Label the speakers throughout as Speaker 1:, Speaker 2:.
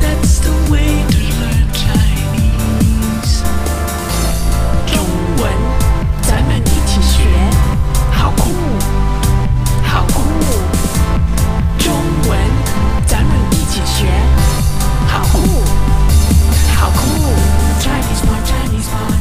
Speaker 1: That's the way to learn Chinese。中文，咱们一起学，好酷，好酷。中文，咱们一起学，好酷，好酷。Chinese one, Chinese one。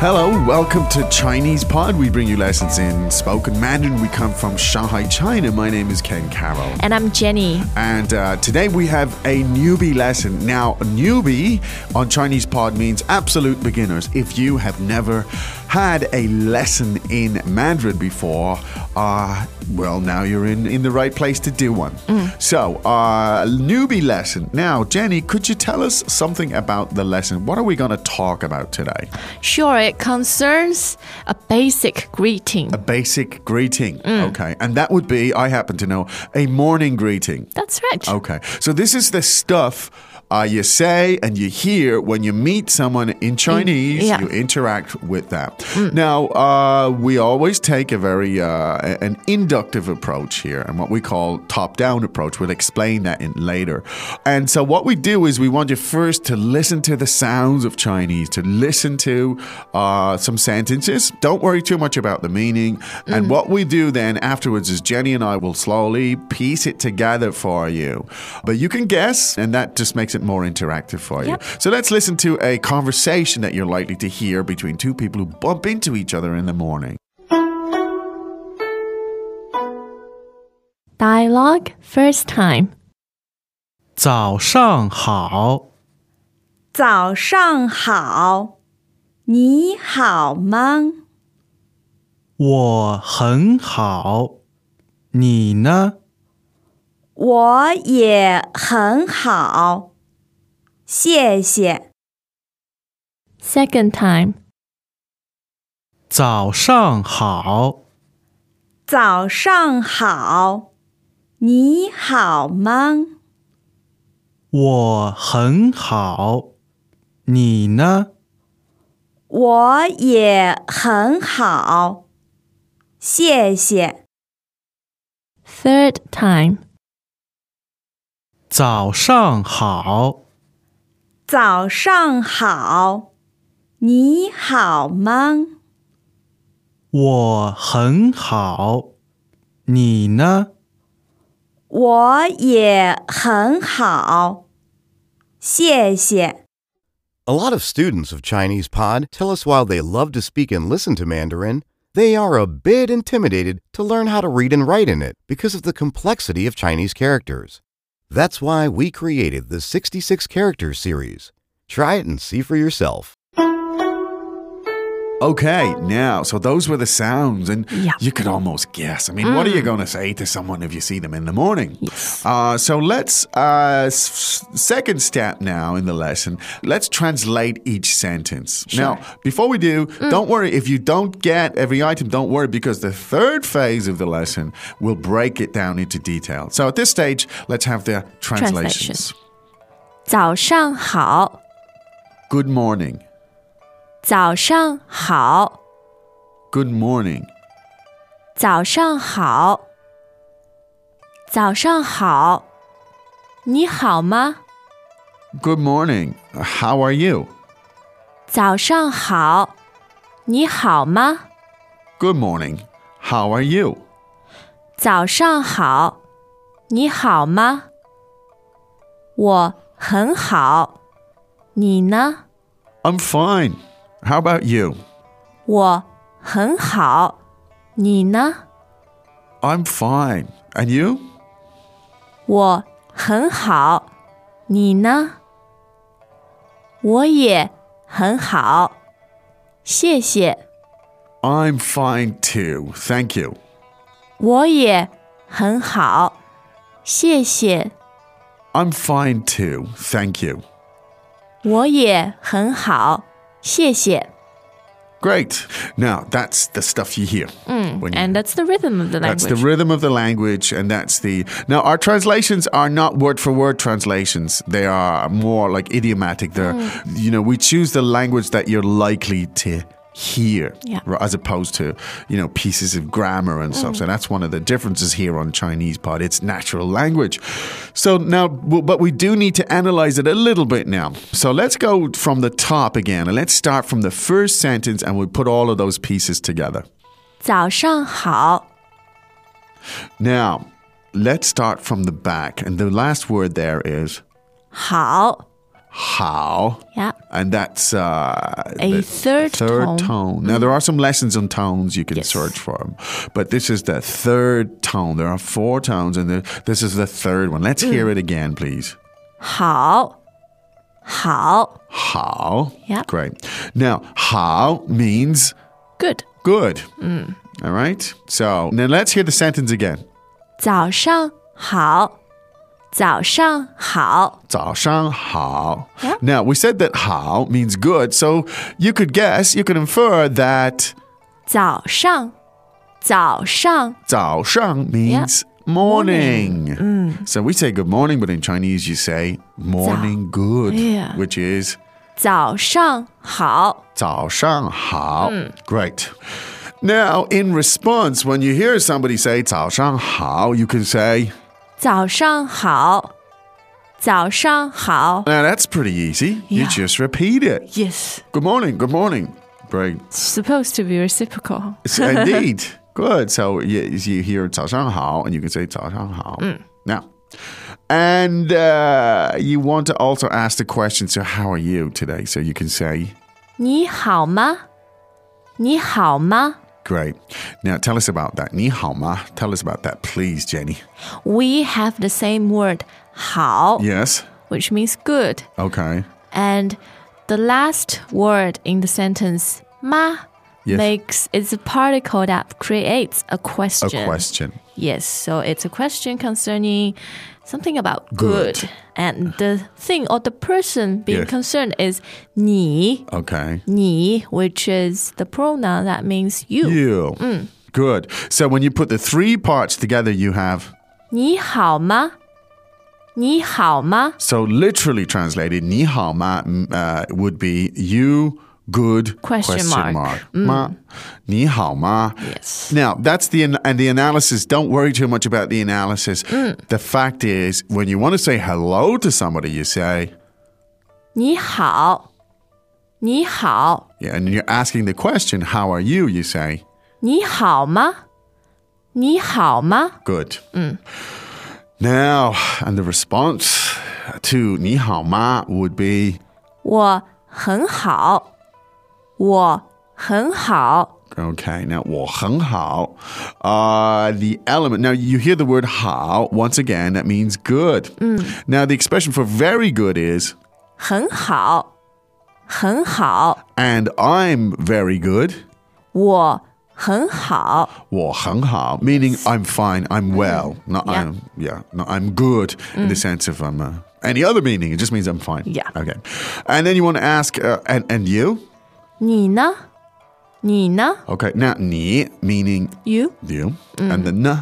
Speaker 2: Hello, welcome to Chinese Pod. We bring you lessons in spoken Mandarin. We come from Shanghai, China. My name is Ken Carroll.
Speaker 3: And I'm Jenny.
Speaker 2: And uh, today we have a newbie lesson. Now, newbie on Chinese Pod means absolute beginners. If you have never had a lesson in Mandarin before, uh, well, now you're in, in the right place to do one. So, uh, newbie lesson. Now, Jenny, could you tell us something about the lesson? What are we going to talk about today?
Speaker 3: Sure, it concerns a basic greeting.
Speaker 2: A basic greeting. Okay. And that would be, I happen to know, a morning greeting.
Speaker 3: That's right.
Speaker 2: Okay. So this is the stuff uh, you say and you hear when you meet someone in Chinese.
Speaker 3: yeah.
Speaker 2: You interact with that. Now, uh, we always take a very uh, a- an inductive approach here, and what we call top-down approach. We'll explain that in later. And so, what we do is we want you first to listen to the sounds of Chinese, to listen to uh, some sentences. Don't worry too much about the meaning. And what we do then afterwards is Jenny and I will slowly piece it together for you. But you can guess, and that just makes it more interactive for you.
Speaker 3: Yep.
Speaker 2: So let's listen to a conversation that you're likely to hear between two people who bump into each other in the morning.
Speaker 3: Dialogue first time.
Speaker 4: 早上好，
Speaker 5: 早上好，你好吗？
Speaker 4: 我很好，你呢？
Speaker 5: 我也很好，谢谢。
Speaker 3: Second time.
Speaker 4: 早上好，
Speaker 5: 早上好，你好吗？
Speaker 4: 我很好，你呢？
Speaker 5: 我也很好，谢谢。
Speaker 3: Third time.
Speaker 4: 早上好，
Speaker 5: 早上好，你好吗？
Speaker 4: 我很好，你呢？
Speaker 5: 我也很好，谢谢。
Speaker 6: A lot of students of Chinese Pod tell us while they love to speak and listen to Mandarin, they are a bit intimidated to learn how to read and write in it because of the complexity of Chinese characters. That's why we created the 66 characters series. Try it and see for yourself.
Speaker 2: Okay, now, so those were the sounds, and
Speaker 3: Yeah. Mm.
Speaker 2: you could almost guess. I mean, what are you going to say to someone if you see them in the morning?
Speaker 3: Yes.
Speaker 2: Uh, so let's uh, s- second step now in the lesson. Let's translate each sentence. Now, before we do,
Speaker 3: Mm.
Speaker 2: don't worry if you don't get every item. Don't worry because the third phase of the lesson will break it down into detail. So at this stage, let's have the translations.
Speaker 3: Translation. 早上好，
Speaker 2: Good morning.
Speaker 3: 早上好，
Speaker 2: Good morning.
Speaker 3: 早上好，早上好。你好吗？
Speaker 2: Good morning. How are you?
Speaker 3: 早上好，你好吗？
Speaker 2: Good morning. How are you?
Speaker 3: 早上好，你好吗？我很好，你呢？
Speaker 2: I'm fine. How about you?
Speaker 3: 我很好，你呢？
Speaker 2: I'm fine. And you?
Speaker 3: 我很好，你呢？我也很好，谢谢。
Speaker 2: I'm fine too. Thank you.
Speaker 3: 我也很好，谢谢。
Speaker 2: I'm fine too. Thank you.
Speaker 3: 我也很好，谢谢。
Speaker 2: Great. Now, that's the stuff you hear. when you-
Speaker 3: And that's the rhythm of the
Speaker 2: that's
Speaker 3: language.
Speaker 2: the rhythm of the language, and that's the. Now, our translations are not word for word translations. They
Speaker 3: Mm.
Speaker 2: are more like idiomatic. They're, you know, we choose the language that you're likely to here
Speaker 3: Yeah. Mm.
Speaker 2: ri- as opposed to, you know, pieces of grammar and stuff. So that's one of the differences here on Chinese pod. It's natural language. So now, w- but we do need to analyze it a little bit now. So let's go from the top again and let's start from the first sentence and we put all of those pieces together.
Speaker 3: 早上好，
Speaker 2: Now, let's start from the back. And the last word there is
Speaker 3: 好
Speaker 2: how.
Speaker 3: Yeah.
Speaker 2: And that's uh,
Speaker 3: A
Speaker 2: the
Speaker 3: third tone. Mm-hmm.
Speaker 2: Now, there are some lessons on tones you can
Speaker 3: Yes.
Speaker 2: search for 'em, but this is the third tone. There are four tones, and the, this is the third one. Let's
Speaker 3: Mm.
Speaker 2: hear it again, please.
Speaker 3: 好，好
Speaker 2: How.
Speaker 3: Yeah.
Speaker 2: Great. Now, how means
Speaker 3: ，good。
Speaker 2: good.
Speaker 3: Mm.
Speaker 2: All right. So now let's hear the sentence again.
Speaker 3: 早上好，早上好，
Speaker 2: 早上好. Now, we said that how means good, so you could guess, you could infer that
Speaker 3: 早上，早上
Speaker 2: 早上 means morning.
Speaker 3: Mm.
Speaker 2: So we say good morning, but in Chinese you say morning good,
Speaker 3: Yeah.
Speaker 2: which is
Speaker 3: 早上好，
Speaker 2: 早上好.
Speaker 3: Mm.
Speaker 2: Great. Now, in response, when you hear somebody say 早上好, you can say,
Speaker 3: 早上好，早上好。
Speaker 2: now that's pretty easy. You
Speaker 3: Yeah.
Speaker 2: just repeat it.
Speaker 3: Yes,
Speaker 2: Good morning, good morning. Great.
Speaker 3: supposed to be reciprocal.
Speaker 2: So Indeed. Good. So you, you hear 早上好 and you can say 早上好. Now, and uh, you want to also ask the question, so how are you today? So you can say,
Speaker 3: 你好吗？你好吗
Speaker 2: great. Now tell us about that. 你好吗? Tell us about that, please, Jenny.
Speaker 3: We have the same word 好
Speaker 2: Yes.
Speaker 3: which means good,
Speaker 2: Okay.
Speaker 3: and the last word in the sentence 吗
Speaker 2: Yes.
Speaker 3: makes it's a particle that creates a
Speaker 2: A
Speaker 3: question.
Speaker 2: question.
Speaker 3: Yes, so it's a question concerning something about good,
Speaker 2: Good.
Speaker 3: and the thing or the person being
Speaker 2: Yes.
Speaker 3: concerned is 你
Speaker 2: Okay.
Speaker 3: 你 which is the pronoun that means you.
Speaker 2: You. Good. So when you put the three parts together, you have.
Speaker 3: 你好吗？你好吗？
Speaker 2: So literally translated, 你好吗 mm, uh, would be you good
Speaker 3: Question mark. Mm.
Speaker 2: Ma, 你好吗?
Speaker 3: Yes.
Speaker 2: Now that's the an- and the analysis. Don't worry too much about the analysis.
Speaker 3: Mm.
Speaker 2: The fact is, when you want to say hello to somebody, you say
Speaker 3: 你好，你好，
Speaker 2: yeah, and you're asking the question, "How are you?" You say
Speaker 3: 你好吗？你好吗？
Speaker 2: good.
Speaker 3: Mm.
Speaker 2: Now, and the response to 你好吗 would be
Speaker 3: 我很好，我很好。
Speaker 2: Okay, now 我很好. Uh, the element. Now you hear the word 好 once again. That means good.
Speaker 3: Mm.
Speaker 2: Now the expression for very good is
Speaker 3: 很好，很好，
Speaker 2: and I'm very good.
Speaker 3: 我很好，
Speaker 2: 我很好, meaning I'm fine, I'm well. Not
Speaker 3: Mm-hmm.
Speaker 2: I'm yeah,
Speaker 3: Yeah. Mm.
Speaker 2: not I'm good in the sense of I'm uh, any other meaning. It just means I'm fine.
Speaker 3: Yeah.
Speaker 2: Okay. And then you want to ask uh, and and you?
Speaker 3: 你呢？你呢
Speaker 2: Okay. Now 你 meaning
Speaker 3: ？You
Speaker 2: you and the
Speaker 3: Mm-hmm.
Speaker 2: na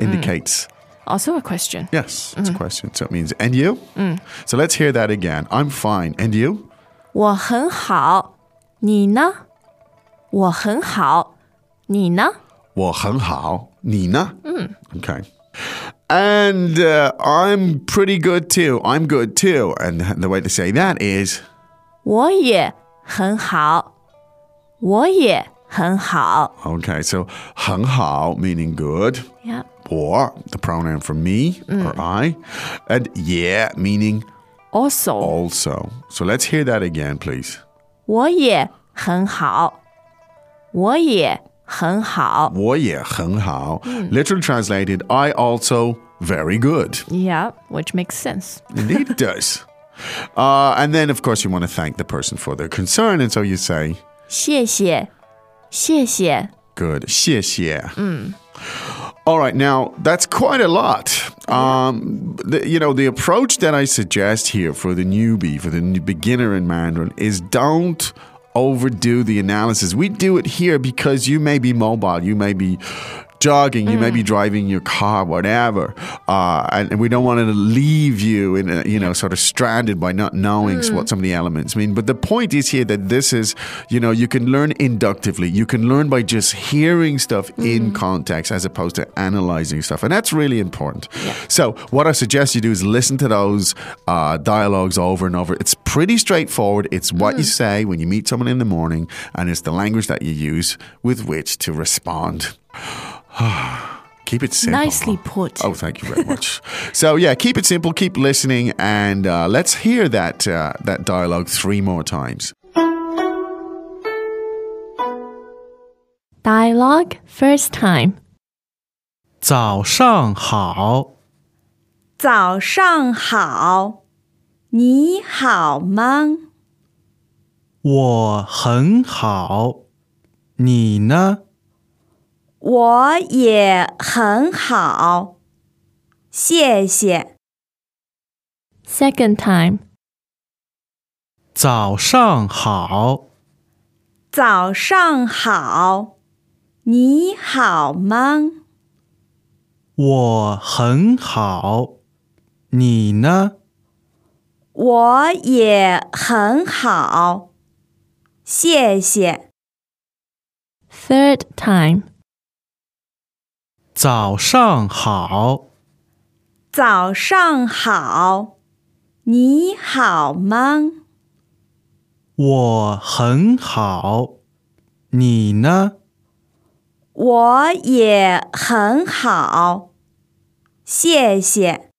Speaker 2: indicates
Speaker 3: also a question.
Speaker 2: Yes, it's a question. So it means, and you? So let's hear that again. I'm fine. And you?
Speaker 3: 我很好，你呢？我很好，你呢？
Speaker 2: 我很好。你呢? Okay. And uh, I'm pretty good too. I'm good too. And the way to say that is,
Speaker 3: 我也很好，我也很好。
Speaker 2: okay, so 很好 meaning good,
Speaker 3: Yeah.
Speaker 2: or the pronoun for me or I, and yeah meaning
Speaker 3: Also，
Speaker 2: also. So let's hear that again, please.
Speaker 3: 我也很好，我也很好。
Speaker 2: 我也很好. Literally translated, I also very good.
Speaker 3: Yeah, which makes sense.
Speaker 2: Indeed, it does. Uh, and then, of course, you want to thank the person for their concern, and so you say,
Speaker 3: 谢谢，谢谢。
Speaker 2: "Good, 谢谢." All right, now that's quite a lot. Um, the, you know, the approach that I suggest here for the newbie, for the n- beginner in Mandarin, is don't overdo the analysis. We do it here because you may be mobile, you may be jogging, you may be driving your car, whatever. Uh, and, and we don't want to leave you in, a, you know, sort of stranded by not knowing s-
Speaker 3: Mm.
Speaker 2: what some of the elements mean. But the point is here that this is, you know, you can learn inductively. You can learn by just hearing stuff in
Speaker 3: Mm-hmm.
Speaker 2: context as opposed to analyzing stuff. And that's really important. So, what I suggest you do is listen to those uh, dialogues over and over. It's pretty straightforward. It's what
Speaker 3: Mm.
Speaker 2: you say when you meet someone in the morning, and it's the language that you use with which to respond. Keep it simple.
Speaker 3: Nicely put.
Speaker 2: Oh, thank you very much. so yeah, keep it simple, keep listening, and uh, let's hear that uh, that dialogue three more times.
Speaker 3: Dialogue first time.
Speaker 4: 早上好，
Speaker 5: 早上好，你好吗？
Speaker 4: 我很好，你呢？
Speaker 5: 我也很好，谢谢。
Speaker 3: Second time.
Speaker 4: 早上好，
Speaker 5: 早上好，你好吗？
Speaker 4: 我很好，你呢？
Speaker 5: 我也很好，谢谢。
Speaker 3: Third time.
Speaker 4: 早上好，
Speaker 5: 早上好，你好吗？
Speaker 4: 我很好，你呢？
Speaker 5: 我也很好，谢谢。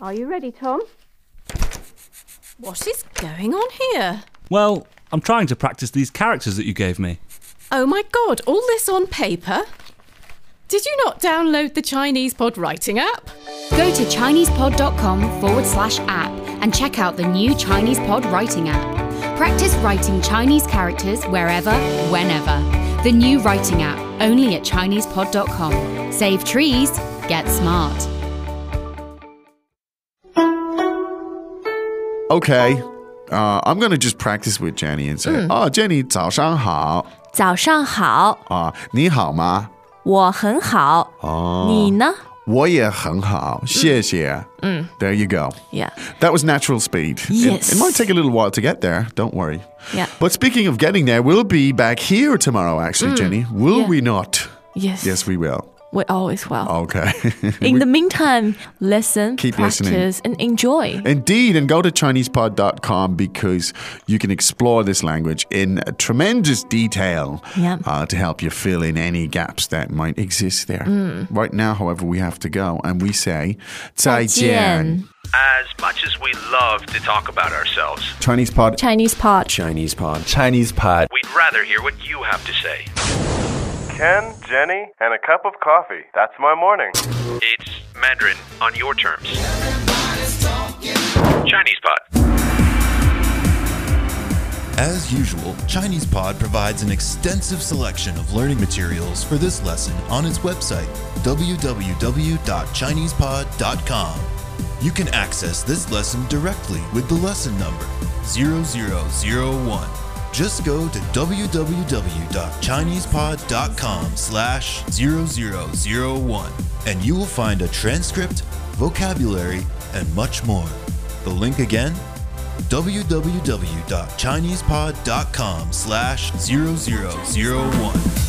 Speaker 7: Are you ready, Tom?
Speaker 8: What is going on here?
Speaker 9: Well, I'm trying to practice these characters that you gave me.
Speaker 8: Oh my god, all this on paper? Did you not download the Chinese Pod writing app?
Speaker 10: Go to ChinesePod.com forward slash app and check out the new Chinese Pod writing app. Practice writing Chinese characters wherever, whenever. The new writing app, only at ChinesePod.com. Save trees, get smart.
Speaker 2: Okay, uh, I'm going to just practice with Jenny and say,
Speaker 3: Mm.
Speaker 2: "Oh, Jenny, 早上好."
Speaker 3: 早上好，
Speaker 2: Ah, 你好吗?
Speaker 3: 我很好。哦，
Speaker 2: Oh.
Speaker 3: 你呢 Mm.
Speaker 2: 我也很好,谢谢. There you go.
Speaker 3: ？Yeah,
Speaker 2: That was natural speed. It-
Speaker 3: Mm. Yes.
Speaker 2: It, might take a little while to get there. Don't worry.
Speaker 3: Yeah.
Speaker 2: But speaking of getting there, we'll be back here tomorrow, actually, Jenny. Will
Speaker 3: Mm. Yeah.
Speaker 2: we not?
Speaker 3: yes,
Speaker 2: Yes, we will.
Speaker 3: we always will.
Speaker 2: Okay.
Speaker 3: In the meantime, listen,
Speaker 2: Keep
Speaker 3: practice,
Speaker 2: listening.
Speaker 3: and enjoy.
Speaker 2: Indeed, and go to ChinesePod.com because you can explore this language in tremendous detail
Speaker 3: Yep.
Speaker 2: uh, to help you fill in any gaps that might exist there. Right now, however, we have to go and we say 再见.
Speaker 1: As much as we love to talk about ourselves,
Speaker 2: Chinese Pod.
Speaker 3: Chinese pod.
Speaker 11: Chinese pod. Chinese pod.
Speaker 1: we'd rather hear what you have to say.
Speaker 12: Ken, Jenny, and a cup of coffee. That's my morning.
Speaker 1: It's Mandarin on your terms. Chinese Pod.
Speaker 11: As usual, Chinese Pod provides an extensive selection of learning materials for this lesson on its website, www.chinesepod.com. You can access this lesson directly with the lesson number 0001. Just go to www.chinesepod.com slash 0001 and you will find a transcript, vocabulary, and much more. The link again www.chinesepod.com slash 0001